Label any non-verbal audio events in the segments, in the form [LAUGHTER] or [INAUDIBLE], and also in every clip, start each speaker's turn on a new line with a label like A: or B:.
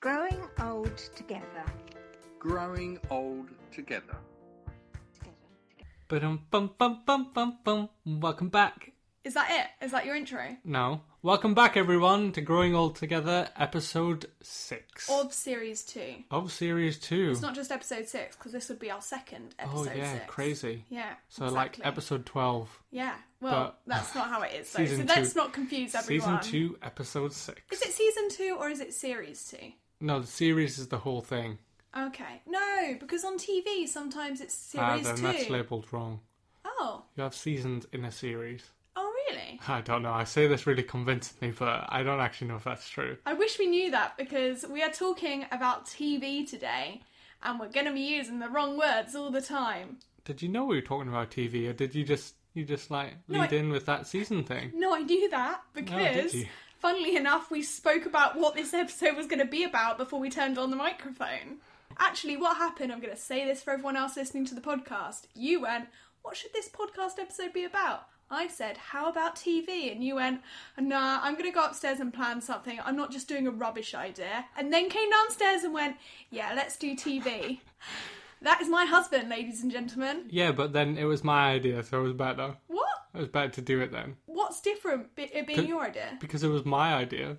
A: Growing old together.
B: growing old together.
C: Ba-dum, bum, bum, bum, bum, bum. Welcome back.
D: Is that it? Is that your intro?
C: No. Welcome back, everyone, to Growing Old Together, episode 6
D: Of series two.
C: of series 2.
D: It's not just episode six because this would be our second
C: oh,
D: episode.
C: yeah,
D: six.
C: crazy.
D: Yeah.
C: So,
D: exactly.
C: like, episode 12.
D: Yeah. Well,
C: but-
D: that's not how it is. Though. So
C: Season
D: let's
C: two-
D: not confuse everyone.
C: Season 2, episode 6.
D: Is it season two or is it series two?
C: No, the series is the whole thing.
D: Okay. No, because on TV sometimes it's
C: Ah,
D: series
C: then
D: two.
C: that's labelled wrong.
D: Oh.
C: You have seasons in a series.
D: Oh, really?
C: I don't know. I say this really convincingly, but I don't actually know if that's true.
D: I wish we knew that because we are talking about TV today, and we're going to be using the wrong words all the time.
C: Did you know we were talking about TV, or did you just you just like
D: No,
C: lead
D: I-
C: in with that season thing?
D: No, I knew that
C: did
D: because,
C: you?
D: funnily enough, we spoke about what this episode was going to be about before we turned on the microphone. Actually, what happened, I'm going to say this for everyone else listening to the podcast. You went, What should this podcast episode be about? I said, How about TV? And you went, Nah, I'm going to go upstairs and plan something. I'm not just doing a rubbish idea. And then came downstairs and went, Yeah, let's do TV. [LAUGHS] that is my husband, ladies and gentlemen.
C: Yeah, but then it was my idea, so it was better.
D: What?
C: It was better to do it then
D: What's different, be- it being
C: Could-
D: your idea?
C: because it was my idea.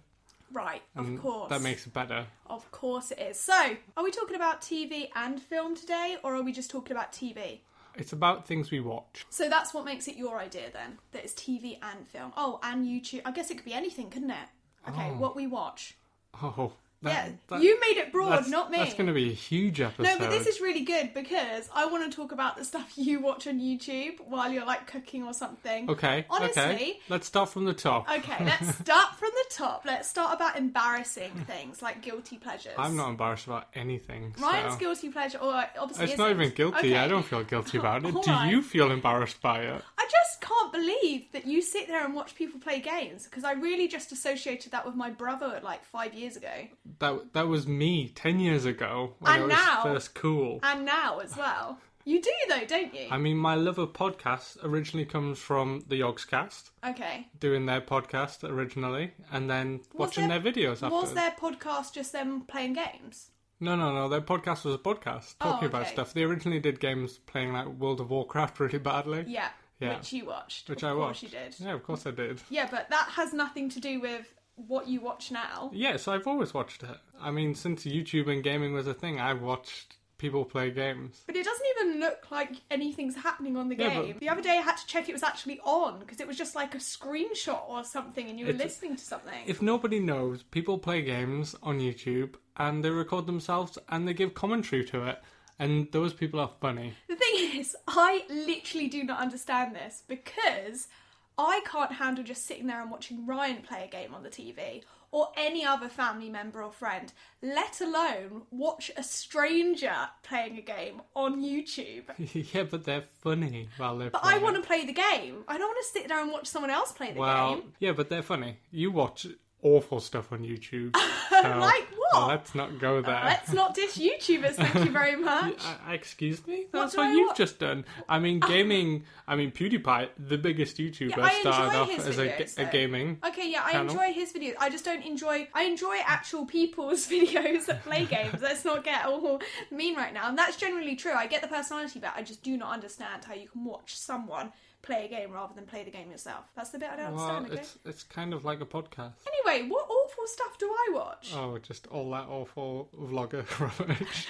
D: Right, of course.
C: That makes it better.
D: Of course it is. So, are we talking about TV and film today, or are we just talking about TV?
C: It's about things we watch.
D: So that's what makes it your idea then, that it's TV and film. Oh, and YouTube. I guess it could be anything, couldn't it? Okay, what we watch.
C: Oh,
D: Yeah, you made it broad,
C: that's-
D: not me.
C: That's going to be a huge episode.
D: No, but this is really good because I want to talk about the stuff [LAUGHS] you watch on YouTube while you're like cooking or something.
C: okay.
D: Honestly,
C: okay. let's start from the top.
D: okay,
C: [LAUGHS]
D: let's start from the top. Let's start about embarrassing things like guilty pleasures.
C: I'm not embarrassed about anything.
D: Ryan's
C: so-
D: guilty pleasure, or obviously
C: It's not
D: isn't.
C: even guilty.
D: Okay.
C: I don't feel
D: [LAUGHS]
C: guilty about it. Do
D: Alright.
C: you feel embarrassed by it?
D: I just can't believe that you sit there and watch people play games because I really just associated that with my brother like five years ago
C: That that was me ten years ago when
D: And
C: it was
D: now-
C: first cool.
D: and now as well. You do though, don't you?
C: I mean, my love of podcasts originally comes from the Yogscast
D: okay.
C: doing their podcast originally, and then watching
D: there-
C: their videos after.
D: Was their podcast just them playing games?
C: No, no, no. Their podcast was a podcast
D: Oh,
C: talking about
D: okay.
C: stuff. They originally did games playing like World of Warcraft really badly.
D: Yeah.
C: Yeah.
D: Which you watched.
C: which
D: of
C: I
D: course
C: watched.
D: You did.
C: Yeah, of course I did.
D: Yeah, but that has nothing to do with what you watch now.
C: Yeah, so I've always watched it. I mean, since YouTube and gaming was a thing, I've watched people play games.
D: But it doesn't even look like anything's happening on the
C: Yeah,
D: game.
C: but-
D: The other day I had to check it was actually on because it was just like a screenshot or something and you were
C: It's-
D: listening to something.
C: If nobody knows, people play games on YouTube and they record themselves and they give commentary to it. And those people are funny.
D: The thing [LAUGHS] is, I literally do not understand this because I can't handle just sitting there and watching Ryan play a game on the TV or any other family member or friend, let alone watch a stranger playing a game on YouTube.
C: [LAUGHS] yeah, but they're funny while they're
D: But I
C: playing.
D: want to play the game. I don't want to sit there and watch someone else play
C: Uh-huh.
D: the
C: Well,
D: game.
C: yeah, but they're funny. You watch awful stuff on
D: [LAUGHS]
C: YouTube. so
D: Like what? Uh,
C: Let's not go there.
D: Let's
C: [LAUGHS]
D: not dish YouTubers, thank you very much.
C: I- I- excuse me?
D: What
C: That's
D: do
C: what,
D: I
C: you've
D: watch?
C: just done. I mean, gaming. I mean, PewDiePie, the biggest YouTuber,
D: I
C: started
D: enjoy
C: off
D: his
C: as a,
D: videos,
C: ga- a
D: though.
C: gaming.
D: Okay, yeah, I
C: channel.
D: enjoy his videos. I just don't enjoy. I enjoy actual people's [LAUGHS] videos
C: [LAUGHS]
D: that play games. Let's not get all mean right now. And that's generally true. I get the personality bit. I just do not understand how you can watch someone play a game rather than play the game yourself. That's the bit I don't
C: Well,
D: understand. Okay.
C: it's it's kind of like a podcast.
D: Anyway, what awful stuff do I watch?
C: Oh, just all that awful vlogger [LAUGHS]
D: [LAUGHS]
C: rubbish.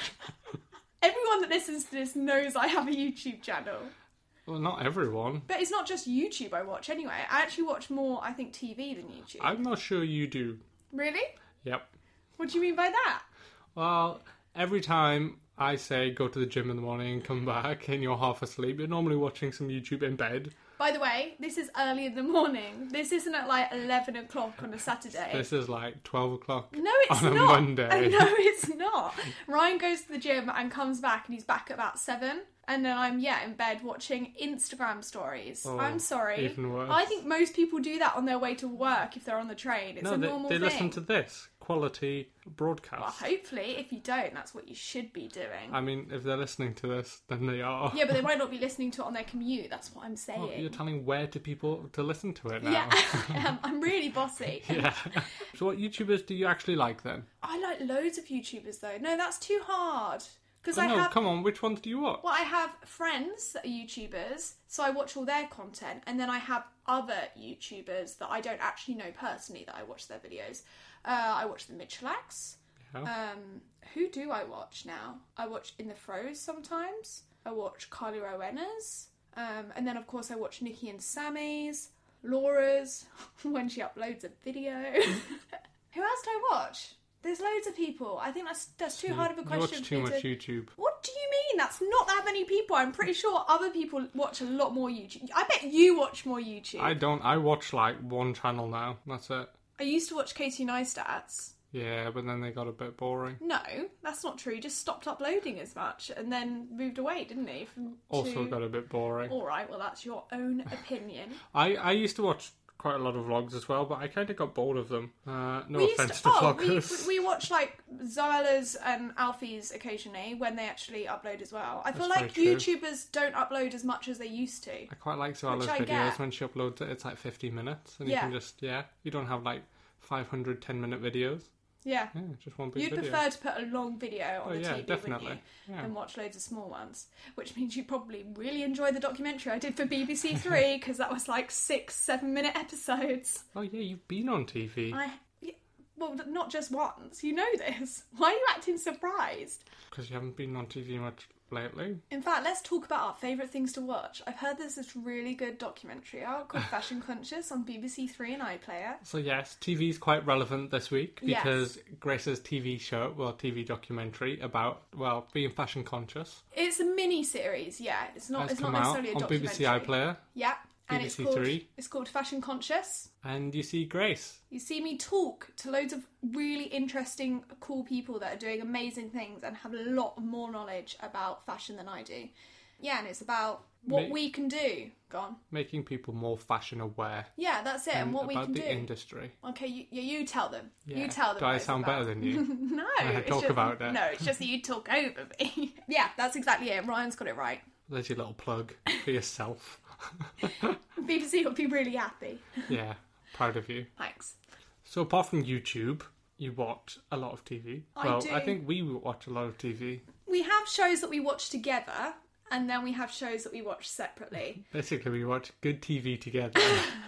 D: Everyone that listens to this knows I have a YouTube channel.
C: well, not everyone.
D: But it's not just YouTube I watch anyway. I actually watch more, I think, TV than YouTube.
C: I'm not sure you do.
D: Really?
C: Yep.
D: What do you mean by that?
C: Well, every time I say go to the gym in the morning and come back and you're half asleep, you're normally watching some YouTube in bed.
D: By the way, this is early in the morning. This isn't at like 11 o'clock on a Saturday.
C: This is like 12 o'clock
D: No, it's
C: on a
D: not.
C: Monday.
D: [LAUGHS] No,
C: [LAUGHS]
D: it's not. Ryan goes to the gym and comes back, and he's back at about seven. And then I'm yeah in bed watching Instagram stories. I'm sorry.
C: Oh, even worse.
D: I think most people do that on their way to work if they're on the train. It's
C: No,
D: a
C: they,
D: normal
C: they
D: thing.
C: listen to this quality
D: Well,
C: broadcast.
D: hopefully, if you don't, that's what you should be doing.
C: I mean, if they're listening to this, then they are.
D: yeah, but they might not be listening to it on their commute. That's what I'm saying.
C: Well, you're telling where to people to listen to it now.
D: yeah, [LAUGHS] I
C: [LAUGHS]
D: am. I'm really bossy.
C: so, what YouTubers do you actually like then?
D: I like loads of YouTubers though. No, that's too hard because I
C: Oh, no,
D: have
C: come on. Which ones do you watch?
D: Well, I have friends that are YouTubers, so I watch all their content, and then I have other YouTubers that I don't actually know personally that I watch their videos. Uh, I watch the Mitchellax. Um, who do I watch now? I watch In the Froze sometimes. I watch Carly Rowena's. Um, and then, of course, I watch Nikki and Sammy's, Laura's, [LAUGHS] when she uploads a
C: [LAUGHS]
D: video. who else do I watch? There's loads of people. I think that's that's too hard of a
C: you
D: question.
C: watch
D: for me
C: too much
D: to-
C: YouTube.
D: what do you mean? That's not that many people. I'm pretty sure other people watch a lot more YouTube. I bet you watch more YouTube.
C: I don't. I watch like one channel now. That's it.
D: I used to watch Casey Neistat's.
C: Yeah, but then they got a bit boring.
D: No, that's not true. He just stopped uploading as much and then moved away, didn't he? From
C: Also
D: to-
C: got a bit boring.
D: All right, well, that's your own opinion.
C: I, I used to watch quite a lot of vlogs as well, but I kind of got bored of them. Uh, [LAUGHS] no
D: we
C: offense
D: used
C: to
D: to, oh, we,
C: vloggers.
D: we watch like Zyla's and Alfie's occasionally when they actually upload as well. I feel
C: That's
D: like
C: very true.
D: YouTubers don't upload as much as they used to.
C: I quite like Zala's
D: which I
C: videos
D: get.
C: when she uploads it. It's like 50 minutes, and
D: Yeah.
C: you can just yeah, you don't have like 500 10 minute videos.
D: Yeah.
C: Yeah, just one big
D: You'd
C: video.
D: prefer to put a long video on
C: Oh,
D: the
C: yeah,
D: TV,
C: definitely.
D: wouldn't you?
C: Yeah.
D: Than watch loads of small ones, which means you probably really enjoy the documentary I did for BBC
C: [LAUGHS]
D: Three because that was like six, seven-minute episodes.
C: Oh yeah, you've been on TV.
D: I, well, not just once. You know this. [LAUGHS] Why are you acting surprised?
C: Because you haven't been on TV much lately.
D: In fact, let's talk about our favourite things to watch. I've heard there's this really good documentary
C: [LAUGHS]
D: out called Fashion Conscious on BBC Three and iPlayer.
C: So yes, TV is quite relevant this week
D: Yes.
C: because Grace's TV show, well, TV documentary about well being fashion conscious,
D: It's a mini series, yeah. It's not.
C: has
D: It's not
C: come
D: necessarily
C: out
D: a
C: on
D: documentary.
C: BBC iPlayer,
D: Yeah, and it's
C: BBC
D: called
C: Three.
D: it's called Fashion Conscious.
C: and you see Grace.
D: You see me talk to loads of really interesting, cool people that are doing amazing things and have a lot more knowledge about fashion than I do. Yeah, and it's about what
C: Ma-
D: we can do. Go on.
C: making people more fashion aware
D: Yeah, that's it, and, what we
C: about
D: can
C: the
D: do.
C: industry.
D: Okay, you, you, you tell them.
C: Yeah.
D: You tell them.
C: Do
D: what
C: I
D: it's
C: sound
D: about. [LAUGHS]
C: better than you?
D: No,
C: I
D: it's
C: talk
D: just-
C: about that?
D: [LAUGHS] No, it's just that you talk over me. [LAUGHS] yeah, that's exactly it. Ryan's got it right.
C: There's your little plug for yourself. [LAUGHS]
D: BBC will be really happy.
C: yeah, proud of you.
D: Thanks.
C: So apart from YouTube, you watch a lot of TV.
D: I
C: well,
D: do.
C: I think we watch a lot of TV.
D: We have shows that we watch together, and then we have shows that we watch separately.
C: Basically, we watch good TV
D: [LAUGHS]
C: together, [LAUGHS]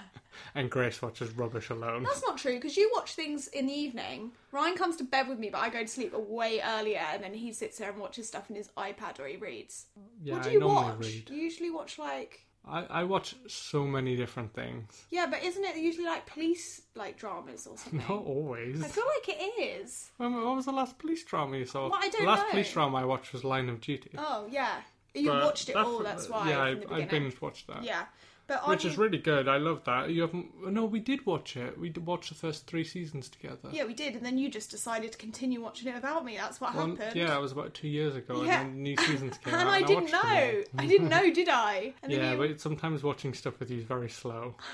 C: and Grace watches rubbish alone.
D: That's not true because you watch things in the evening. Ryan comes to bed with me, but I go to sleep way earlier, and then he sits there and watches stuff in his iPad or he reads.
C: yeah,
D: what do
C: I
D: you
C: normally
D: watch?
C: read.
D: You usually watch like
C: I, I watch so many different things.
D: yeah, but isn't it usually like police like dramas or something?
C: [LAUGHS] Not always.
D: I feel like it is.
C: When, when was the last police drama you saw?
D: Well, I don't
C: the last
D: know.
C: police drama I watched was Line of Duty.
D: Oh yeah, you
C: But
D: watched it all. That's why.
C: Yeah,
D: from the
C: I, I
D: beginning.
C: binge watched that.
D: Yeah, but aren't
C: Which is
D: you-
C: really good. I love that. You haven't? No, we did watch it. We did watch the first three seasons together.
D: yeah, we did, and then you just decided to continue watching it without me. That's what
C: One-
D: happened.
C: yeah, it was about two years ago,
D: Yeah.
C: and then new seasons came out.
D: [LAUGHS] and I
C: watched
D: didn't
C: them
D: know. I
C: [LAUGHS]
D: didn't know, did I? And
C: all.
D: then
C: Yeah,
D: you
C: but sometimes watching stuff with you is very slow.
D: [SIGHS]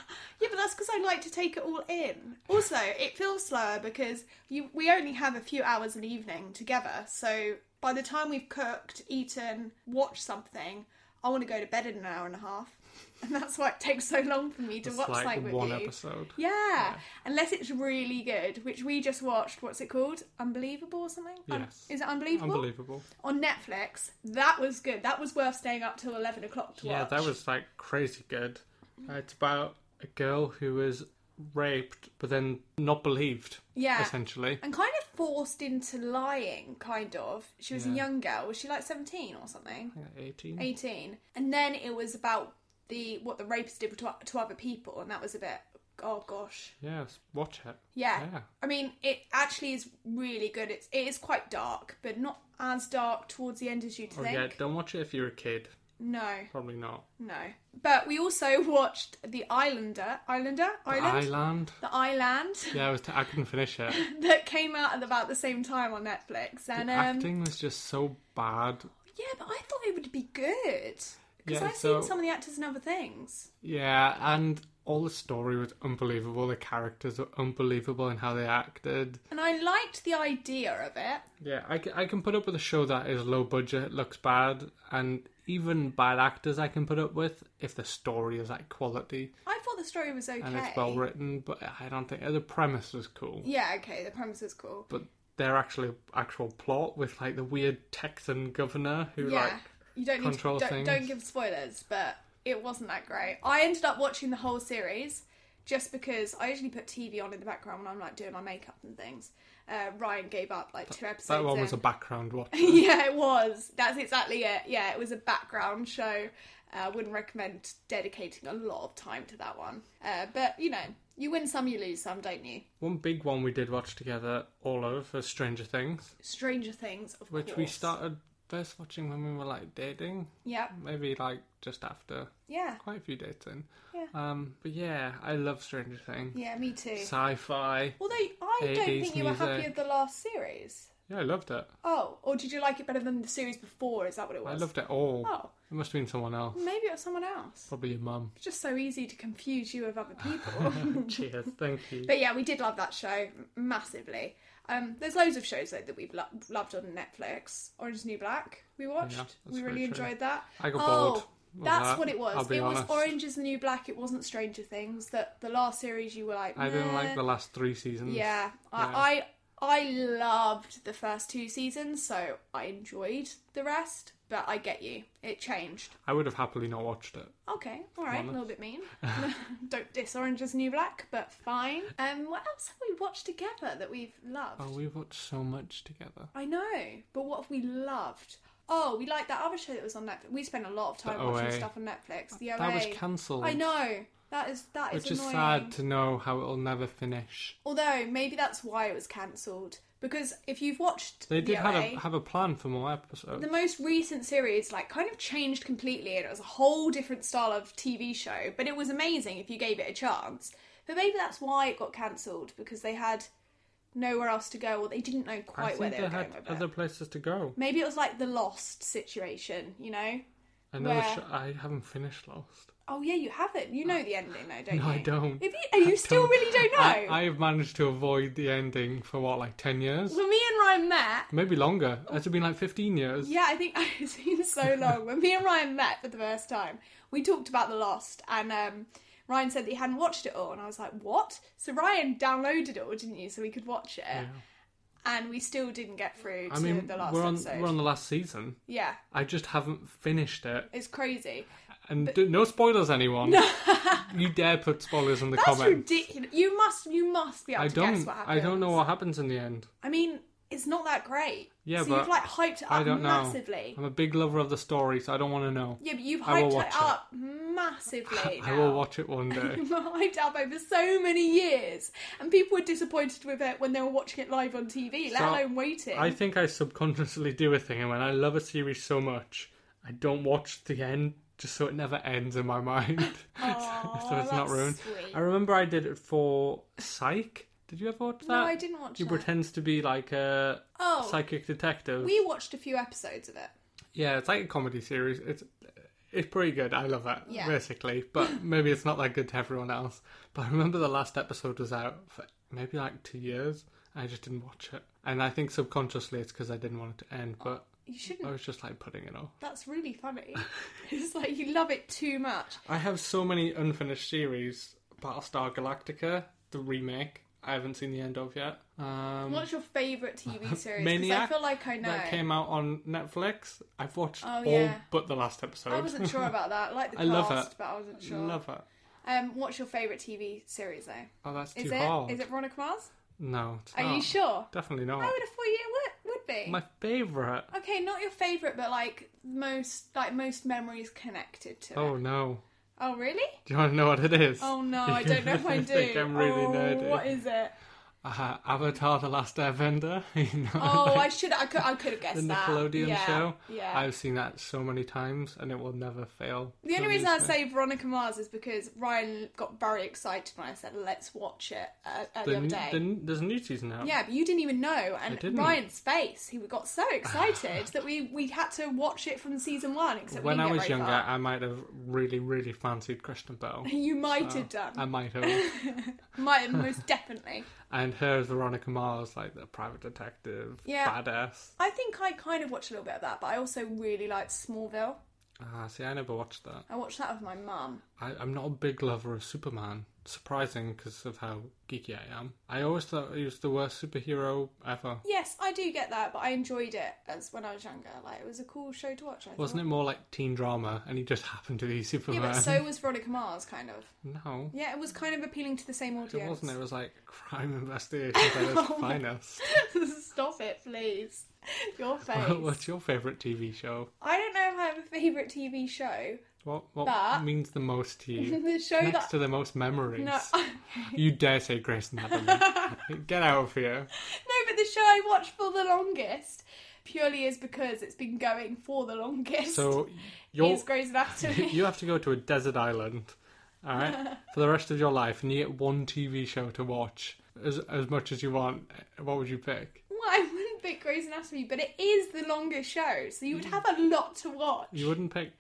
D: Yeah, but that's because I like to take it all in. Also, it feels slower because you, we only have a few hours an evening together. So by the time we've cooked, eaten, watched something, I want to go to bed in an hour and a half, [LAUGHS] and that's why it takes so long for me to
C: It's
D: watch
C: like
D: something with
C: one
D: you.
C: episode.
D: Yeah. unless it's really good, which we just watched. What's it called? Unbelievable or something? Un-
C: Yes.
D: um, is it unbelievable?
C: Unbelievable.
D: On Netflix, that was good. That was worth staying up till eleven o'clock to
C: Yeah,
D: watch.
C: that was like crazy good. Uh, it's about a girl who was raped, but then not believed.
D: Yeah.
C: essentially.
D: and kind of forced into lying kind of she was a
C: Yeah.
D: young girl was she like 17 or something
C: Eighteen.
D: 18 and then it was about the what the rapists did to, to other people and that was a bit oh gosh
C: Yes, watch it.
D: yeah.
C: Yeah.
D: i mean it actually is really good it's it is quite dark but not as dark towards the end as you'd
C: Oh
D: think
C: yeah, don't watch it if you're a kid.
D: No,
C: Probably not.
D: no. But we also [LAUGHS] watched The Islander. Islander? Island?
C: Island.
D: the Island [LAUGHS]
C: Yeah, I, was t- I couldn't finish it.
D: that came out at about the same time on Netflix. And um,
C: Acting was just so bad.
D: yeah, but I thought it would be good. Because
C: Yeah,
D: I've
C: so-
D: seen some of the actors in other things.
C: Yeah, and all the story was unbelievable. The characters were unbelievable in how they acted.
D: And I liked the idea of it.
C: Yeah, I, ca- I can put up with a show that is low budget, looks bad, and even bad actors I can put up with if the story is like quality
D: I thought the story was okay.
C: and it's well written. But I don't think the premise was cool.
D: Yeah, okay, the premise was cool.
C: But their actually actual plot with like the weird Texan governor who
D: yeah,
C: like
D: you don't need
C: control
D: to, don't,
C: things.
D: don't give spoilers, but it wasn't that great. I ended up watching the whole series just because I usually put TV on in the background when I'm like doing my makeup and things. Uh, Ryan gave up like two episodes.
C: that one
D: in.
C: was a background [LAUGHS]
D: [LAUGHS]
C: watch.
D: yeah, it was. That's exactly it. Yeah, it was a background show. Uh, wouldn't recommend dedicating a lot of time to that one. Uh, but you know, you win some, you lose some, don't you?
C: one big one we did watch together, all of, was Stranger Things,
D: Stranger Things, of
C: which
D: course.
C: we started first watching when we were like dating,
D: Yep.
C: maybe like just after
D: Yeah.
C: quite a few dates in.
D: Yeah.
C: Um, but yeah, I love Stranger Things.
D: Yeah, me too.
C: Sci-fi.
D: Although I don't
C: 80s
D: think you were happy
C: music.
D: with the last series.
C: Yeah, I loved it.
D: Oh, or did you like it better than the series before? Is that what it
C: I
D: was?
C: loved it all.
D: Oh.
C: It must have been someone else.
D: Maybe it was someone else.
C: Probably your mum.
D: It's just so easy to confuse you
C: [LAUGHS]
D: with other people.
C: Cheers, thank you.
D: but yeah, we did love that show m- massively. Um, there's loads of shows though that we've lo- loved on Netflix. Orange is the New Black, we watched.
C: Yeah, that's
D: we really
C: very true.
D: enjoyed that.
C: I got
D: oh,
C: bored with
D: that's
C: that,
D: what it was.
C: I'll be
D: it
C: honest.
D: was Orange is the New Black. It wasn't Stranger Things. That the last series you were like.
C: I didn't
D: "Meh."
C: like the last three seasons.
D: Yeah, I, I I loved the first two seasons, so I enjoyed the rest. But I get you, it changed.
C: I would have happily not watched it.
D: Okay, all right, a little bit mean. [LAUGHS] Don't diss Orange is the New Black, but fine. Um, what else have we watched together that we've loved?
C: Oh, we've watched so much together.
D: I know, but what have we loved? Oh, we liked that other show that was on Netflix. We spent a lot of time watching
C: OA.
D: stuff on Netflix. The OA.
C: That was cancelled.
D: I know. That is that is
C: Which is
D: annoying.
C: sad to know how it'll never finish.
D: Although maybe that's why it was cancelled. Because if you've watched
C: They did
D: the
C: have
D: OA,
C: a, have a plan for more episodes.
D: the most recent series like kind of changed completely and it was a whole different style of TV show, but it was amazing if you gave it a chance. But maybe that's why it got cancelled because they had nowhere else to go or they didn't know
C: I
D: quite
C: think
D: where
C: they,
D: they, were
C: had
D: going with
C: other
D: it.
C: places to go.
D: Maybe it was like the Lost situation, you know?
C: Another
D: Where-
C: show. I haven't finished Lost.
D: Oh yeah, you have it. You know the ending though, don't
C: Uh, No,
D: you?
C: I don't.
D: If you, you still
C: Don't-
D: really don't know.
C: I, I have managed to avoid the ending for what, like ten years,
D: When me and Ryan met,
C: maybe longer. It's been like fifteen years.
D: Yeah, I think [LAUGHS] it's been so long. When me and Ryan met for the first time, we talked about The Lost, and um, Ryan said that he hadn't watched it all, and I was like, "What?" So Ryan downloaded it all, didn't you? So we could watch it, and we still didn't get through to
C: I mean,
D: the last
C: we're on
D: episode.
C: we're on the last season.
D: Yeah,
C: I just haven't finished it,
D: it's crazy.
C: and do, no spoilers, anyone. [LAUGHS] you dare put spoilers in the
D: That's
C: comments?
D: ridiculous. You must, you must be able
C: I
D: to guess
C: don't.
D: what
C: I
D: happens.
C: don't know what happens in the end.
D: I mean, it's not that great.
C: Yeah,
D: so
C: but
D: you've like hyped it up
C: I don't know.
D: massively.
C: I'm a big lover of the story, so I don't want to know.
D: Yeah, but you've
C: I will
D: hyped
C: watch
D: it
C: it.
D: up massively.
C: [LAUGHS] I will
D: now.
C: watch it
D: [LAUGHS]
C: one day.
D: were hyped up over so many years, and people were disappointed with it when they were watching it live on TV, let
C: So,
D: alone waiting.
C: I think I subconsciously do a thing, and when I love a series so much, I don't watch the end just so it never ends in my mind. [LAUGHS] so, so it's not
D: that's
C: ruined.
D: sweet.
C: I remember I did it for Psych. Did you ever watch that?
D: no, I didn't watch
C: He
D: that.
C: pretends to be like a
D: Oh.
C: psychic detective.
D: we watched a few episodes of it.
C: Yeah, it's like a comedy series. It's it's pretty good. I love it,
D: Yeah.
C: basically.
D: [LAUGHS]
C: But maybe it's not that good to everyone else. But I remember the last episode was out for maybe like two years. I just didn't watch it, and I think subconsciously it's because I didn't want it to end. But
D: You
C: I
D: shouldn't.
C: was just like putting it off.
D: That's really funny. [LAUGHS] it's like you love it too much.
C: I have so many unfinished series. Battlestar Galactica, the remake. I haven't seen the end of yet. Um,
D: What's your
C: [LAUGHS]
D: favourite TV series? Because
C: Maniac.
D: I feel like I know. Oh,
C: That came out on Netflix. I've watched all
D: yeah.
C: but the last episode.
D: I wasn't sure about that. I like
C: [LAUGHS]
D: the
C: I
D: cast,
C: love it.
D: but I wasn't sure.
C: Love it.
D: Um, what's your favourite TV series though?
C: Oh, that's
D: Is
C: too
D: it?
C: hard.
D: Is it Veronica Mars?
C: No. It's
D: Are you
C: not.
D: sure?
C: Definitely not.
D: I would have thought it would, would be.
C: My favorite.
D: Okay, not your favourite, but like most, like most memories connected to
C: Oh
D: it.
C: no.
D: Oh, really?
C: Do you want to know what it is? [LAUGHS]
D: Oh no, I don't know if I do.
C: think I'm really
D: oh,
C: nerdy. [LAUGHS]
D: What is it?
C: uh, Avatar: The Last Airbender. [LAUGHS] you know,
D: Oh, I
C: like
D: should. I could. I could have
C: the
D: guessed that.
C: Nickelodeon
D: yeah,
C: show.
D: Yeah.
C: I've seen that so many times, and it will never fail.
D: the only
C: to
D: reason I
C: amuse me.
D: say Veronica Mars is because Ryan got very excited when I said let's watch it uh, uh, the,
C: the,
D: other
C: n-
D: day.
C: the n- there's a new season out.
D: yeah, but you didn't even know, and
C: didn't.
D: Ryan's face—he
C: [SIGHS]
D: got so excited that we we had to watch it from season one. Except we
C: When
D: didn't
C: I
D: get
C: was
D: very
C: younger,
D: far.
C: I might have really, really fancied Kristen
D: [LAUGHS]
C: Bell.
D: you might have done,
C: Uh, I might have.
D: [LAUGHS] might most definitely.
C: And her as Veronica Mars, like the private detective,
D: Yeah.
C: badass.
D: I think I kind of watched a little bit of that, but I also really liked Smallville.
C: Ah, see, I never watched that.
D: I watched that with my mum.
C: I, I'm not a big lover of Superman. Surprising because of how geeky I am. I always thought he was the worst superhero ever.
D: Yes, I do get that, but I enjoyed it as when I was younger. Like it was a cool show to watch. I
C: Wasn't it
D: thought.
C: more like teen drama and he just [LAUGHS] happened to be Superman?
D: Yeah, but so was Veronica Mars, kind of.
C: [LAUGHS] No.
D: Yeah, it was kind of appealing to the same
C: It
D: audience.
C: wasn't. It was like crime investigation at
D: [LAUGHS]
C: its
D: Oh
C: finest.
D: Stop it, please.
C: [LAUGHS]
D: Your face.
C: What's your favourite TV show?
D: I don't know if I have a favourite TV show.
C: What what
D: But-
C: means the most to you?
D: [LAUGHS] The show
C: Next
D: that-
C: to the most memories.
D: No, [LAUGHS]
C: You dare say Grace Anatomy? Get out of here.
D: No, but the show I watched for the longest purely is because it's been going for the longest. [LAUGHS]
C: So you're
D: is Grey's Anatomy.
C: [LAUGHS] you have to go to a desert island, all right, for the rest of your life, and you get one TV show to watch as as much as you want. What would you pick?
D: [LAUGHS] Well, I wouldn't pick Grey's Anatomy, but it is the longest show, so you would have a lot to watch.
C: You wouldn't pick.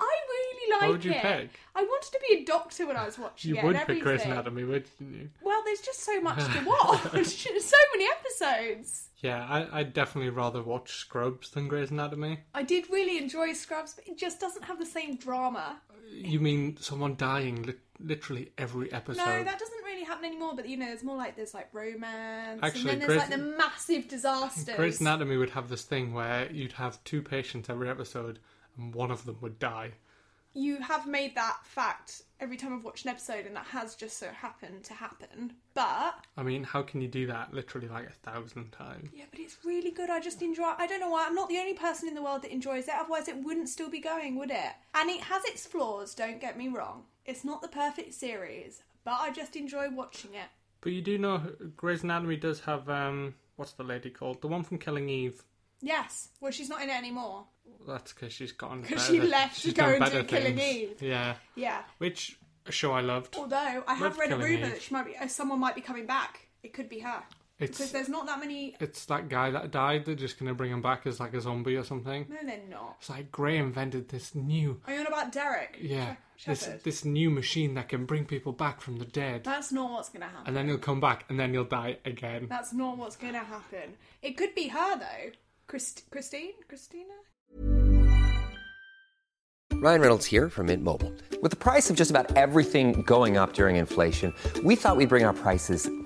D: I really like it.
C: would you pick?
D: I wanted to be a doctor when I was watching
C: You
D: it.
C: would
D: and
C: pick Grey's
D: everything.
C: Anatomy, wouldn't you?
D: Well, there's just so much
C: [LAUGHS]
D: to watch. [LAUGHS] so many episodes.
C: Yeah, I, I'd definitely rather watch Scrubs than Grey's Anatomy.
D: I did really enjoy Scrubs, but it just doesn't have the same drama.
C: You mean someone dying li- literally every episode?
D: No, that doesn't really happen anymore. But you know, there's more like there's like romance,
C: Actually,
D: and then there's
C: Grey's-
D: like the massive disasters.
C: Grey's Anatomy would have this thing where you'd have two patients every episode, and one of them would die.
D: you have made that fact every time I've watched an episode, and that has just so happened to happen. But
C: I mean, how can you do that literally like a thousand times?
D: yeah, but it's really good. I just enjoy. I don't know why. I'm not the only person in the world that enjoys it. Otherwise, it wouldn't still be going, would it? And it has its flaws. Don't get me wrong. It's not the perfect series, but I just enjoy watching it.
C: But you do know Grey's Anatomy does have um what's the lady called? The one from Killing Eve.
D: Yes. Well, she's not in it anymore.
C: That's because she's gone.
D: 'Cause
C: better-
D: she left to
C: she's
D: go
C: done
D: and do
C: better
D: Killing
C: things.
D: Eve.
C: Yeah,
D: Yeah.
C: which a show I loved.
D: Although I have
C: Loved
D: read a
C: Killing
D: rumor
C: Eve.
D: that she might be, uh, someone might be coming back. It could be her because
C: It's
D: there's not that many.
C: it's that guy that died. They're just gonna bring him back as like a zombie or something.
D: No, they're not.
C: It's like Grey invented this new
D: Are you on about Derek?
C: yeah
D: She-
C: this
D: Shepherd?
C: this new machine that can bring people back from the dead,
D: That's not what's gonna happen.
C: and then he'll come back and then he'll die again.
D: That's not what's gonna happen. It could be her though. Christ- Christine? Christina?
E: Ryan Reynolds here from Mint Mobile. With the price of just about everything going up during inflation, we thought we'd bring our prices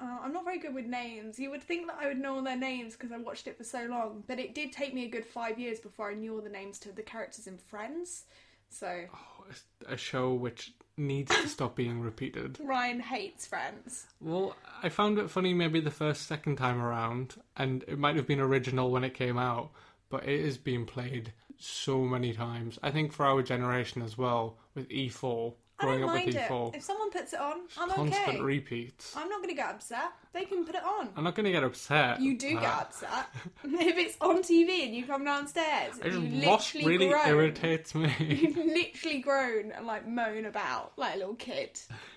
D: Uh, I'm not very good with names. You would think that I would know all their names because I watched it for so long, but it did take me a good five years before I knew all the names to the characters in Friends. So
C: It's a show which needs to stop being repeated.
D: Ryan hates Friends.
C: Well, I found it funny maybe the first, second time around, and it might have been original when it came out, but it has been played so many times. I think for our generation as well, with E4,
D: I don't
C: growing up with
D: mind it.
C: E4,
D: If someone puts it on, I'm
C: constant
D: okay.
C: repeats.
D: I'm not going to get upset. They can put it on.
C: I'm not going to get upset.
D: You do
C: but
D: get
C: [LAUGHS]
D: upset if it's on TV and you come downstairs.
C: It
D: you
C: what
D: literally
C: really
D: groan. [LAUGHS]
C: irritates me. [LAUGHS]
D: You literally groan and like moan about like a little kid.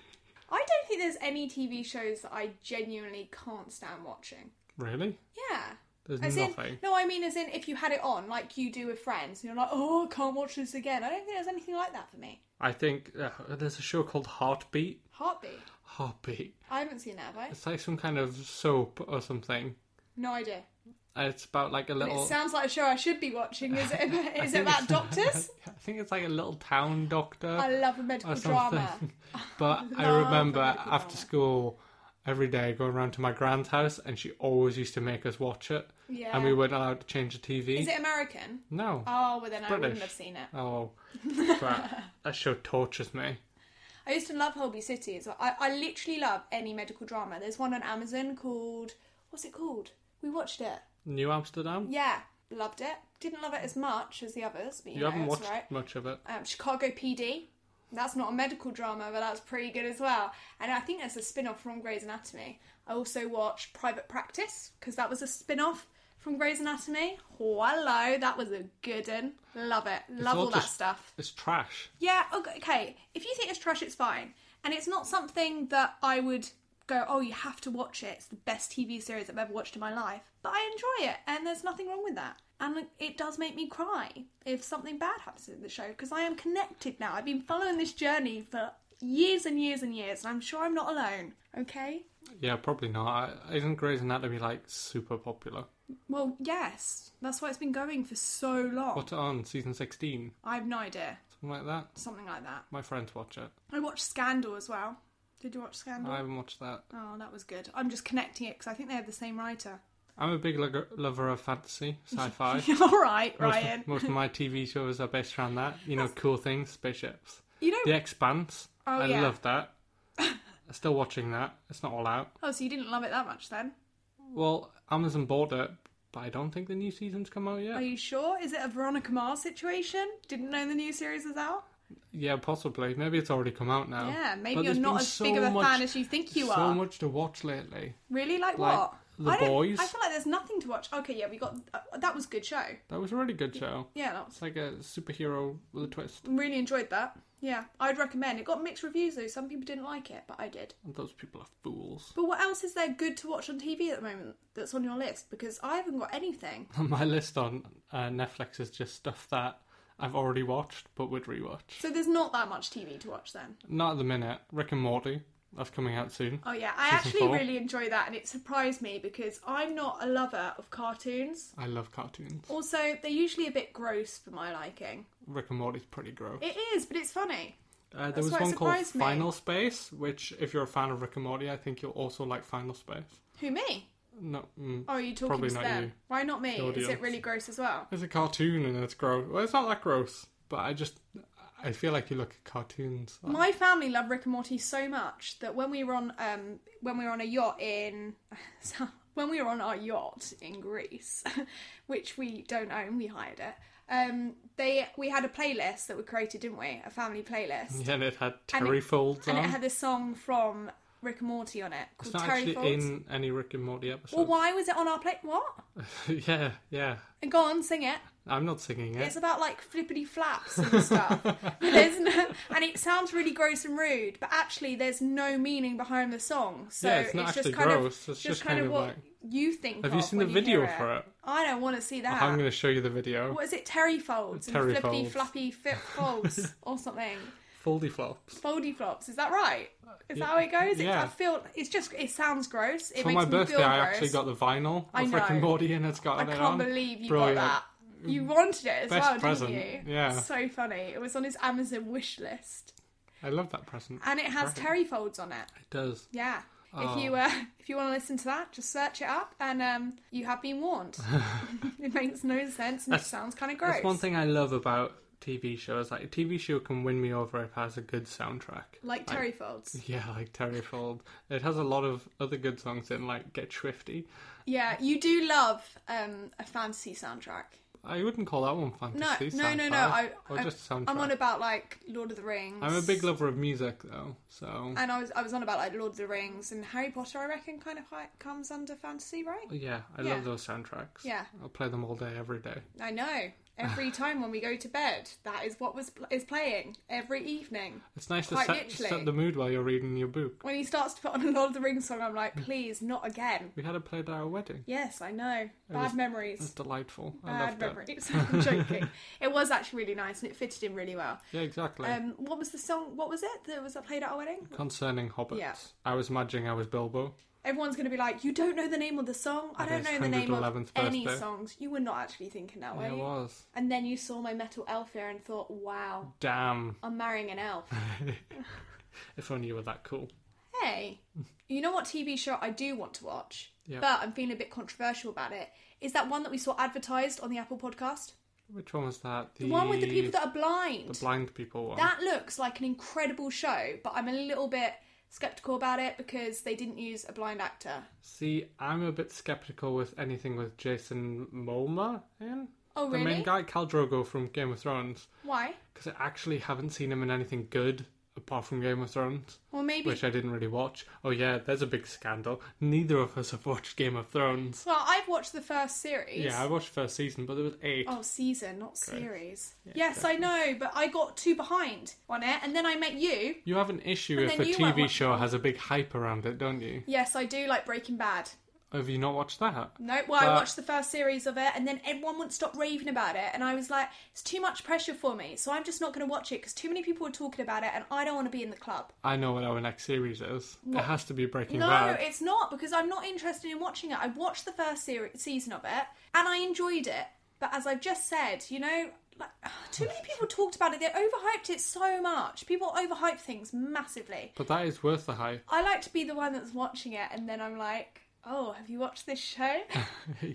C: [LAUGHS]
D: I don't think there's any TV shows that I genuinely can't stand watching.
C: really?
D: Yeah.
C: There's
D: As in,
C: nothing.
D: no, I mean, as in, if you had it on, like you do with friends, you're like, oh, I can't watch this again. I don't think there's anything like that for me.
C: I think uh, there's a show called Heartbeat.
D: Heartbeat.
C: Heartbeat.
D: I haven't seen that, have I?
C: It's like some kind of soap or something.
D: No idea.
C: It's about like a
D: But
C: little.
D: it sounds like a show I should be watching. Is
C: [LAUGHS]
D: it, is it about doctors?
C: I think it's like a little town doctor.
D: I love a
C: or
D: medical
C: something.
D: drama.
C: [LAUGHS] but I
D: love
C: remember
D: medical
C: after
D: drama.
C: school, every day going around to my grand's house, and she always used to make us watch it.
D: Yeah.
C: And we weren't allowed to change the TV.
D: Is it American?
C: no.
D: Oh, well then I wouldn't
C: British.
D: have seen it. [LAUGHS]
C: Oh, crap. that show tortures me.
D: I used to love Holby City as well. I, I literally love any medical drama. There's one on Amazon called what's it called? We watched it.
C: New Amsterdam?
D: Yeah, loved it. Didn't love it as much as the others, but you,
C: you
D: know,
C: haven't
D: it's
C: watched
D: all right.
C: much of it.
D: um, Chicago PD. That's not a medical drama, but that's pretty good as well. And I think that's a spin off from Grey's Anatomy. I also watched Private Practice because that was a spin off from Grey's Anatomy. Hello, that was a good one. Love it. Love
C: all
D: all that
C: just-
D: stuff.
C: It's trash.
D: Yeah, okay- okay. If you think it's trash, it's fine. And it's not something that I would go, oh, you have to watch it. It's the best TV series I've ever watched in my life. But I enjoy it, and there's nothing wrong with that. And it does make me cry if something bad happens in the show because I am connected now. I've been following this journey for years and years and years, and I'm sure I'm not alone. Okay?
C: Yeah, probably not. I- Isn't Grey's Anatomy like super popular?
D: Well, yes. That's why it's been going for so long.
C: What's it on? Season 16?
D: I have no idea.
C: Something like that?
D: Something like that.
C: My friends watch it.
D: I watched Scandal as well. Did you watch Scandal?
C: I haven't watched that.
D: Oh, that was good. I'm just connecting it because I think they have the same writer.
C: I'm a big lo- lover of fantasy, sci fi.
D: [LAUGHS] All right,
C: Most of-
D: Ryan.
C: [LAUGHS] Most of my TV shows are based around that. You know, cool things, spaceships.
D: You know.
C: The Expanse.
D: Oh,
C: I
D: yeah.
C: love
D: [LAUGHS]
C: that. I'm still watching that. It's not all out.
D: Oh, so you didn't love it that much then?
C: Well, Amazon bought it, but I don't think the new season's come out yet.
D: Are you sure? Is it a Veronica Mars situation? Didn't know the new series was out.
C: Yeah, possibly. Maybe it's already come out now.
D: Yeah, maybe
C: But
D: you're
C: there's
D: not
C: been
D: as
C: so
D: big of a
C: much-
D: fan as you think you
C: so
D: are.
C: much to watch lately.
D: Really? Like,
C: Like,
D: what?
C: The
D: I don't,
C: Boys.
D: I feel like there's nothing to watch. Okay, yeah, we got uh, that was a good show.
C: That was a really good show.
D: Yeah, that was.
C: It's like a superhero with a twist.
D: Really enjoyed that. Yeah, I'd recommend. It got mixed reviews though. Some people didn't like it, but I did.
C: And those people are fools.
D: But what else is there good to watch on TV at the moment that's on your list? Because I haven't got anything.
C: My list on uh, Netflix is just stuff that I've already watched but would rewatch.
D: So there's not that much TV to watch then.
C: Not at the minute. Rick and Morty. That's coming out soon.
D: Oh yeah, I
C: Season
D: actually
C: four.
D: really enjoy that, and it surprised me because I'm not a lover of cartoons.
C: I love cartoons.
D: Also, they're usually a bit gross for my liking.
C: Rick and Morty's pretty gross.
D: It is, but it's funny.
C: Uh, there
D: That's
C: was
D: why it
C: one called
D: surprised me.
C: Final Space, which, if you're a fan of Rick and Morty, I think you'll also like Final Space.
D: Who me?
C: No, mm,
D: Oh, are you talking
C: Probably
D: to
C: not
D: them?
C: you.
D: Why not me?
C: The
D: Is it
C: audience.
D: really gross as well?
C: it's a cartoon and it's gross. Well, it's not that gross, but I just I feel like you look at cartoons.
D: My family love Rick and Morty so much that when we were on um when we were on a yacht in [LAUGHS] so- when we were on our yacht in Greece, [LAUGHS] which we don't own, we hired it. Um, they we had a playlist that we created, didn't we? A family playlist.
C: Yeah, and it had
D: And it-
C: Terry Folds
D: and
C: on.
D: it had a song from Rick and Morty on it
C: it's
D: called
C: not
D: Terry
C: actually
D: Folds.
C: in any Rick and Morty episode.
D: Well, why was it on our plate? What?
C: [LAUGHS] yeah, yeah.
D: And go on, sing it.
C: I'm not singing it.
D: It's about like flippity flaps
C: [LAUGHS]
D: and stuff. But there's no, and it sounds really gross and rude, but actually there's no meaning behind the song. So
C: Yeah, it's not
D: just
C: actually
D: kind
C: gross,
D: of
C: it's
D: just
C: just
D: kind,
C: kind
D: of
C: of
D: what
C: like-
D: you think.
C: Have you
D: of
C: seen
D: when
C: the video
D: hear
C: for it? Oh,
D: I don't want to see that.
C: I'm going to show you the video.
D: What is it? Terry folds and
C: Terry
D: flippity
C: folds.
D: flappy flip
C: [LAUGHS]
D: folds or something.
C: Foldy flops.
D: Foldy flops. Is that right? Is that how it goes? It,
C: Yeah.
D: I feel it's just it sounds gross. It
C: For
D: makes
C: my
D: me
C: birthday,
D: feel
C: I
D: gross.
C: actually got the vinyl
D: I
C: of Rick and
D: know.
C: Morty, and it's got
D: I
C: it
D: can't
C: on.
D: believe you
C: Brilliant. Mm.
D: got that. You wanted it as
C: Best
D: well,
C: present,
D: didn't you?
C: yeah.
D: So funny. It was on his Amazon wish list,
C: I love that present.
D: and it has
C: Right.
D: terry folds on it.
C: It does.
D: Yeah. If
C: Oh.
D: you uh, if you want to listen to that, just search it up, and um, you have
C: [LAUGHS]
D: been warned. [LAUGHS] it makes no sense, and it sounds kind of gross.
C: That's one thing I love about TV shows. Like a TV show can win me over if it has a good soundtrack.
D: Like
C: [LAUGHS]
D: terry folds.
C: Yeah, like Terryfold. It has a lot of other good songs in, like Get Swifty.
D: Yeah, you do love um, a fantasy soundtrack.
C: I wouldn't call that one
D: No,
C: fantasy.
D: no, no, no.
C: sci-fi,
D: I,
C: or
D: I,
C: just soundtrack.
D: I'm on about like Lord of the Rings.
C: I'm a big lover of music, though. So
D: and I was I was on about like Lord of the Rings and Harry Potter. I reckon kind of hi- comes under fantasy, right?
C: yeah, I
D: Yeah.
C: love those soundtracks.
D: Yeah.
C: I'll play them all day, every day.
D: I know.
C: [SIGHS]
D: Every time when we go to bed, that is what was is playing every evening.
C: It's nice
D: Quite
C: to set,
D: literally.
C: set the mood while you're reading your book.
D: When he starts to put on a Lord of the Rings song, I'm like, please, not again.
C: We had it played at our wedding.
D: Yes, I know. Bad
C: It was
D: memories.
C: delightful. [LAUGHS] I
D: Bad
C: loved it.
D: memories. [LAUGHS] I'm
C: [LAUGHS]
D: joking. It was actually really nice and it fitted in really well.
C: Yeah, exactly.
D: Um, what was the song? What was it that was that played at our wedding?
C: Concerning hobbits,
D: yeah.
C: I was imagining I was Bilbo.
D: Everyone's going to be like, you don't know the name of the song. I
C: At
D: don't know
C: his
D: the name of
C: 111th
D: any
C: birthday.
D: songs. You were not actually thinking that, were
C: I
D: you?
C: was.
D: And then you saw my metal elf here and thought, wow,
C: Damn. [LAUGHS]
D: I'm marrying an elf.
C: If only you were that cool.
D: hey, you know what TV show I do want to watch,
C: Yeah.
D: but I'm feeling a bit controversial about it, is that one that we saw advertised on the Apple podcast.
C: Which one was that?
D: The one with the people that are blind.
C: the blind people one.
D: That looks like an incredible show, but I'm a little bit skeptical about it because they didn't use a blind actor.
C: See, I'm a bit skeptical with anything with Jason Momoa in.
D: Oh,
C: The
D: really?
C: main guy, Cal Drogo from Game of Thrones,
D: Why?
C: because I actually haven't seen him in anything good apart from Game of Thrones,
D: Well, maybe.
C: which I didn't really watch. Oh yeah, there's a big scandal. Neither of us have watched Game of Thrones.
D: Well, I've watched the first series.
C: Yeah, I watched first season, but there was eight.
D: Oh, season, not series. yes, I know, but I got two behind on it, and then I met you.
C: You have an issue
D: And
C: if a
D: then you won't
C: TV
D: watch
C: show has a big hype around it, don't you?
D: Yes, I do like Breaking Bad.
C: Have you not watched that?
D: No, well, I
C: But-
D: watched the first series of it, and then everyone wouldn't stop raving about it, and I was like, it's too much pressure for me, so I'm just not going to watch it because too many people are talking about it, and I don't want to be in the club.
C: I know what our next series is. It has to be Breaking
D: No,
C: Bad.
D: it's not because I'm not interested in watching it. I watched the first seri- season of it and I enjoyed it, but as I've just said, you know, like [SIGHS] too many people talked about it. They overhyped it so much. People overhype things massively.
C: But that is worth the hype. [LAUGHS]
D: I like to be the one that's watching it and then I'm like, "Oh, have you watched
C: [LAUGHS]
D: this show?"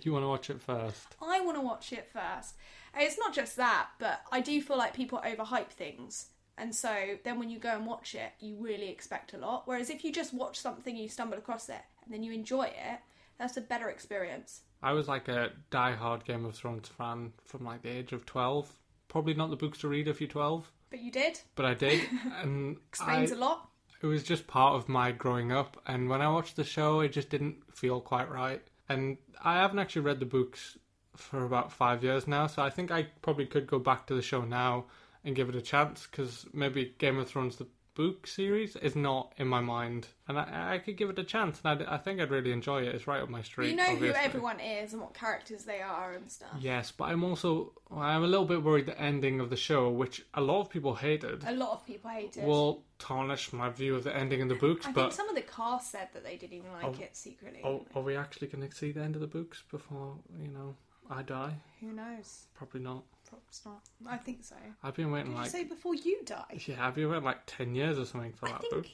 C: you want to watch it first.
D: I want to watch it first. And It's not just that, but I do feel like people overhype things. And so then when you go and watch it, you really expect a lot. Whereas if you just watch something, you stumble across it, and then you enjoy it, that's a better experience.
C: I was like a die-hard Game of Thrones fan from like the age of 12. Probably not the books to read if you're 12,
D: But you did.
C: but I
D: [LAUGHS]
C: did. And
D: Explains
C: I-
D: a lot.
C: It was just part of my growing up. And when I watched the show, it just didn't feel quite right. And I haven't actually read the books for about five years now, so I think I probably could go back to the show now and give it a chance because maybe Game of Thrones, the book series, is not in my mind. And I, I could give it a chance, and I'd- I, think I'd really enjoy it. It's right up my street.
D: You know who
C: obviously.
D: everyone is and what characters they are and stuff.
C: Yes, but I'm also I'm a little bit worried the ending of the show, which a lot of people hated,
D: A lot of people hate it.
C: will tarnish my view of the ending in the books.
D: I
C: but Oh,
D: think some of the cast said that they didn't even like it secretly.
C: Are, are we actually going to see the end of the books before, you know, I die?
D: Who knows?
C: Probably not.
D: Perhaps not. I think so.
C: I've been waiting
D: Did
C: like.
D: you say before you die?
C: Yeah, I've been waiting like 10 years or something for
D: I
C: that
D: think
C: book.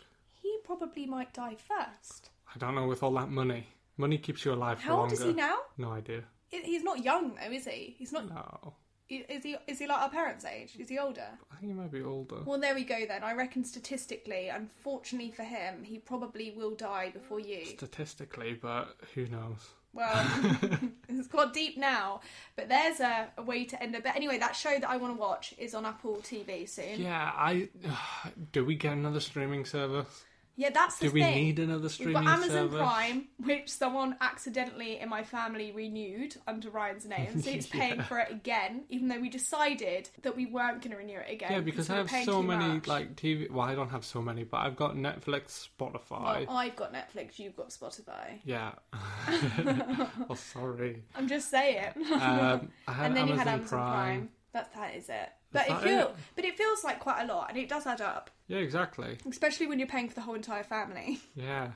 D: he probably might die first.
C: I don't know, with all that money. Money keeps you alive for
D: How old
C: longer.
D: is he now?
C: No idea.
D: I- He's not young though, is he? He's not.
C: No.
D: i- Is he? Is he like our parents' age? Is he older?
C: I think he might be older.
D: Well, there we go then. I reckon statistically, unfortunately for him, he probably will die before you.
C: Statistically, but who knows?
D: Well, [LAUGHS] it's got deep now, but there's a, a way to end it. But anyway, that show that I want to watch is on Apple TV soon. Yeah,
C: Yeah, I. [SIGHS] do we get another streaming service?
D: that's the
C: Do we
D: thing.
C: need another
D: We've
C: streaming
D: got Amazon
C: service?
D: Prime, which someone accidentally in my family renewed under
C: [LAUGHS]
D: Ryan's name, so he's paying for it again, even though we decided that we weren't going to renew it again.
C: Yeah, because
D: we
C: I
D: were
C: have
D: Um, paying
C: so
D: too
C: many
D: much.
C: like TV. Well, I don't have so many, but I've got Netflix, Spotify.
D: Well, Oh, I've got Netflix, you've got Spotify. [LAUGHS]
C: Yeah. [LAUGHS] oh, sorry.
D: I'm just saying.
C: Um, I had
D: [LAUGHS] and then
C: Amazon,
D: you had Amazon Prime.
C: Prime.
D: That that is it. But
C: that
D: it feel,
C: it?
D: but it feels like quite a lot, and it does add up,
C: Yeah, exactly.
D: especially when you're paying for the whole entire family.
C: Yeah.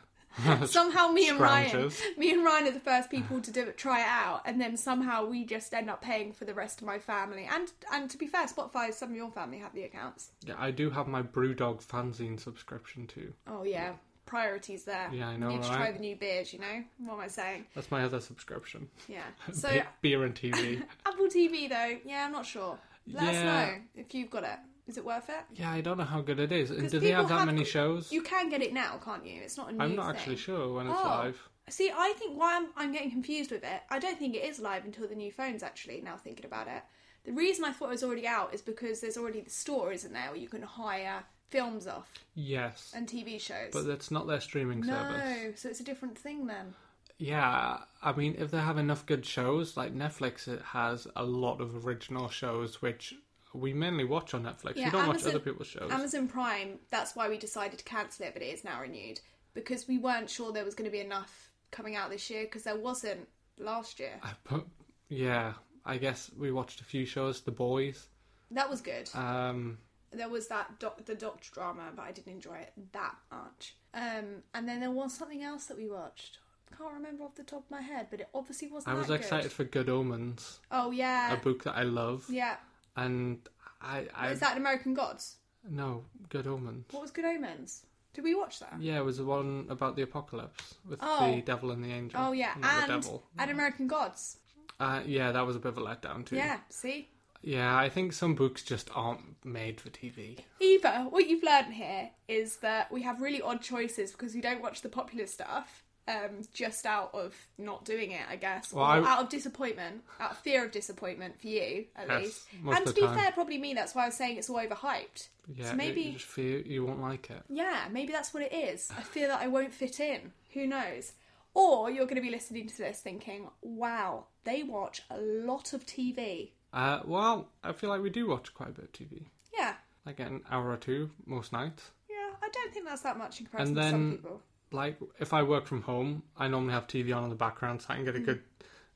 D: somehow me and Ryan,
C: Scroungers.
D: me and Ryan are the first people to do it, try it out, and then somehow we just end up paying for the rest of my family. And and to be fair, Spotify, some of your family have the accounts.
C: yeah, I do have my BrewDog fanzine subscription too.
D: Oh yeah, priorities there.
C: Yeah, I know,
D: Need to try
C: right?
D: the new beers. You know what am I saying?
C: That's my other subscription. [LAUGHS]
D: Yeah. So
C: Be- beer and
D: [LAUGHS]
C: TV.
D: Apple TV though, yeah, I'm not sure. Let us
C: Yeah.
D: know if you've got it. Is it worth it?
C: yeah, I don't know how good it is. And
D: 'Cause
C: do they
D: people
C: have that many shows?
D: You can get it now, can't you? It's not a new
C: I'm not
D: thing.
C: actually sure when it's
D: Oh.
C: live.
D: See, I think why I'm, I'm getting confused with it, I don't think it is live until the new phones, actually, now thinking about it. The reason I thought it was already out is because there's already the store, isn't there, where you can hire films off
C: Yes.
D: and TV shows.
C: But that's not their streaming service.
D: no, so it's a different thing then.
C: Yeah, I mean, if they have enough good shows, like Netflix, it has a lot of original shows, which we mainly watch on Netflix. we don't watch other people's shows.
D: Amazon Prime, that's why we decided to cancel it, but it is now renewed. Because we weren't sure there was going to be enough coming out this year, because there wasn't last year.
C: But yeah, I guess we watched a few shows. The Boys.
D: That was good.
C: Um,
D: there was that doc- the doctor drama, but I didn't enjoy it that much. Um, and then there was something else that we watched. Can't remember off the top of my head, but it obviously
C: I
D: wasn't.
C: was
D: that
C: excited
D: Good.
C: for Good Omens,
D: Oh yeah,
C: a book that I love,
D: yeah.
C: and I. I
D: Is that American Gods?
C: no Good Omens?
D: What was Good Omens? Did we watch that?
C: Yeah, it was the one about the apocalypse with
D: Oh.
C: the devil and the angel.
D: Oh yeah,
C: And the
D: and
C: devil.
D: and American Gods.
C: Uh, yeah, that was a bit of a letdown too.
D: Yeah, see.
C: Yeah, I think some books just aren't made for TV.
D: Eva, what you've learned here is that we have really odd choices because we don't watch the popular stuff um, just out of not doing it, I guess,
C: Well,
D: or
C: I-
D: out of disappointment, out of fear of disappointment for you, at
C: Yes,
D: least.
C: most
D: and
C: of the
D: to be
C: time.
D: fair, probably me. That's why I was saying it's all overhyped.
C: Yeah,
D: so
C: it-
D: maybe,
C: you just feel you won't like it.
D: yeah, maybe that's what it is. I fear that I won't fit in. Who knows? Or you're going to be listening to this thinking, "Wow, they watch a lot of TV."
C: Uh, well, I feel like we do watch quite a bit of TV,
D: Yeah,
C: like an hour or two most nights.
D: yeah. I don't think that's that much in comparison
C: And
D: to some
C: then-
D: people.
C: Like if I work from home, I normally have TV on in the background, so I can
D: Mm.
C: get a good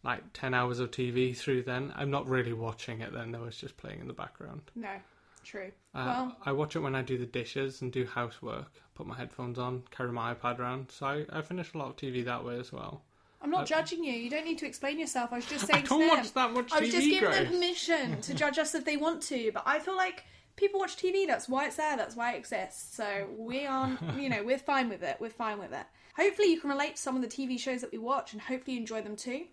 C: like ten hours of TV through. Then I'm not really watching it. Then though it's just playing in the background.
D: No, true.
C: Uh,
D: well.
C: I watch it when I do the dishes and do housework. Put my headphones on, carry my iPad around. So I, I finish a lot of TV that way as well.
D: I'm not judging you. You don't need to explain yourself. I was just
C: uh, [LAUGHS] I
D: saying.
C: don't
D: to them.
C: watch that much
D: I was just
C: TV,
D: giving them
C: Grace. [LAUGHS]
D: permission to judge us if they want to. But I feel like people watch TV. That's why it's there. That's why it exists. So we
C: [LAUGHS]
D: aren't. You know, we're fine with it. We're fine with it. Hopefully, you can relate to some of the TV shows that we watch, and hopefully, you enjoy them too.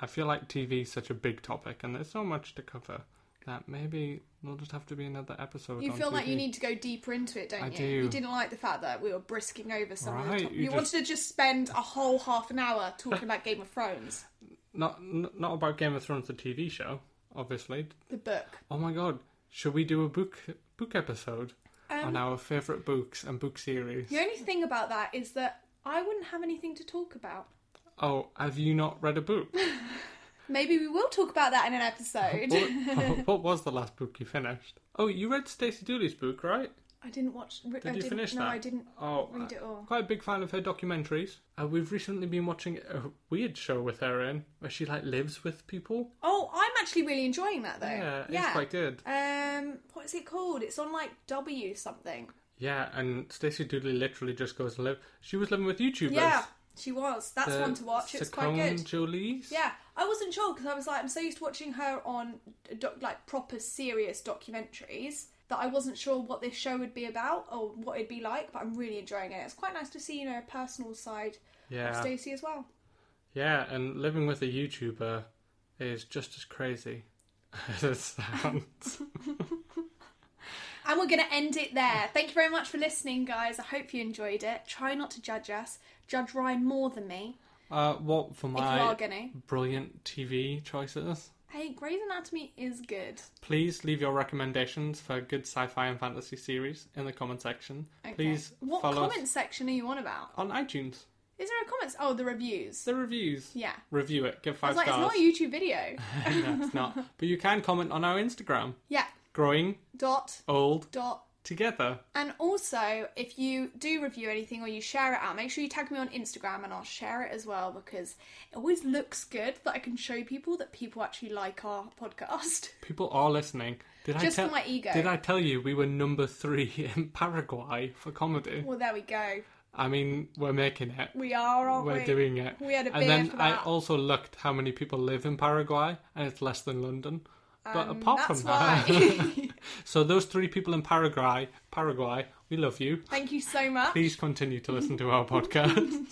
C: I feel like TV is such a big topic and there's so much to cover that maybe there'll just have to be another episode.
D: You
C: on
D: feel like you
C: TV.
D: need to go deeper into it, don't
C: I
D: you?
C: do.
D: You didn't like the fact that we were brisking over some of the
C: Right,
D: top-
C: you
D: You,
C: just-
D: wanted to just spend a whole half an hour
C: [LAUGHS]
D: talking about Game of Thrones,
C: not n- not about Game of Thrones, the TV show, obviously.
D: the book.
C: Oh my god, should we do a book book episode
D: Um,
C: on our favorite books and book series?
D: The only thing about that is that I wouldn't have anything to talk about.
C: Oh, have you not read a book?
D: [LAUGHS] Maybe we will talk about that in an episode.
C: [LAUGHS] what, what was the last book you finished? Oh, you read Stacey Dooley's book, right?
D: [LAUGHS] I didn't watch. Did I
C: Did you
D: didn't,
C: finish
D: no,
C: that?
D: I didn't
C: Oh,
D: read
C: I-
D: it all.
C: Quite a big fan of her documentaries. Uh, we've recently been watching a weird show with her in, where she like lives with people.
D: Oh, I'm actually really enjoying that though.
C: Yeah, it's quite good.
D: Um, what is it called? It's on like W something.
C: Yeah, and Stacey Dooley literally just goes and live. She was living with YouTubers.
D: Yeah, she was. That's
C: The
D: one to watch. It's quite
C: Saccone
D: good.
C: Jolies.
D: Yeah, I wasn't sure because I was like, I'm so used to watching her on doc- like proper serious documentaries that I wasn't sure what this show would be about or what it'd be like. But I'm really enjoying it. It's quite nice to see you know a personal side of
C: Yeah.
D: Stacey as well.
C: Yeah, and living with a YouTuber is just as crazy [LAUGHS] as it sounds.
D: And we're going to end it there. Thank you very much for listening, guys. I hope you enjoyed it. Try not to judge us. Judge Ryan more than me.
C: [LAUGHS] uh, what for
D: you are
C: my
D: gonna.
C: brilliant TV choices?
D: Hey, Grey's Anatomy is good.
C: Please leave your recommendations for good sci-fi and fantasy series in the comment section.
D: Okay.
C: Please
D: What
C: follow
D: comment section are you on about?
C: us on iTunes.
D: Is there a comments? Oh, the reviews.
C: The reviews.
D: Yeah.
C: Review it. Give
D: I
C: five
D: was like,
C: stars.
D: it's not a
C: [LAUGHS]
D: YouTube video.
C: no, it's not. But you can comment on our Instagram.
D: yeah.
C: Growing
D: Dot.
C: old
D: [LAUGHS] Dot.
C: together.
D: And also, if you do review anything or you share it out, make sure you tag me on Instagram and I'll share it as well because it always looks good that I can show people that people actually like our podcast. [LAUGHS]
C: People are listening. Did
D: Just
C: I tell
D: for my ego.
C: Did I tell you we were number three [LAUGHS] in Paraguay for comedy?
D: Well, there we go.
C: I mean, we're making it.
D: We are, aren't
C: We're
D: we?
C: doing it.
D: We had a beer
C: and then
D: for
C: I
D: that.
C: also looked how many people live in Paraguay, and it's less than London. But apart
D: Um, That's
C: from that,
D: why.
C: [LAUGHS]
D: [LAUGHS]
C: so those three people in Paraguay, Paraguay, we love you.
D: Thank you so much.
C: Please continue to listen to
D: [LAUGHS]
C: our podcast.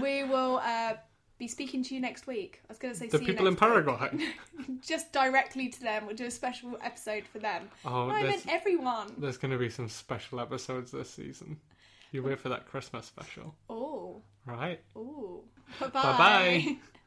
D: We will uh, be speaking to you next week. I was going to say
C: the
D: see
C: people
D: you
C: in
D: next
C: Paraguay.
D: [LAUGHS] week. Just directly to them. We'll do a special episode for them.
C: Oh,
D: No, I
C: there's-
D: meant everyone.
C: There's going to be some special episodes this season. You wait for that Christmas special,
D: Oh,
C: right?
D: oh. Bye
C: Bye bye.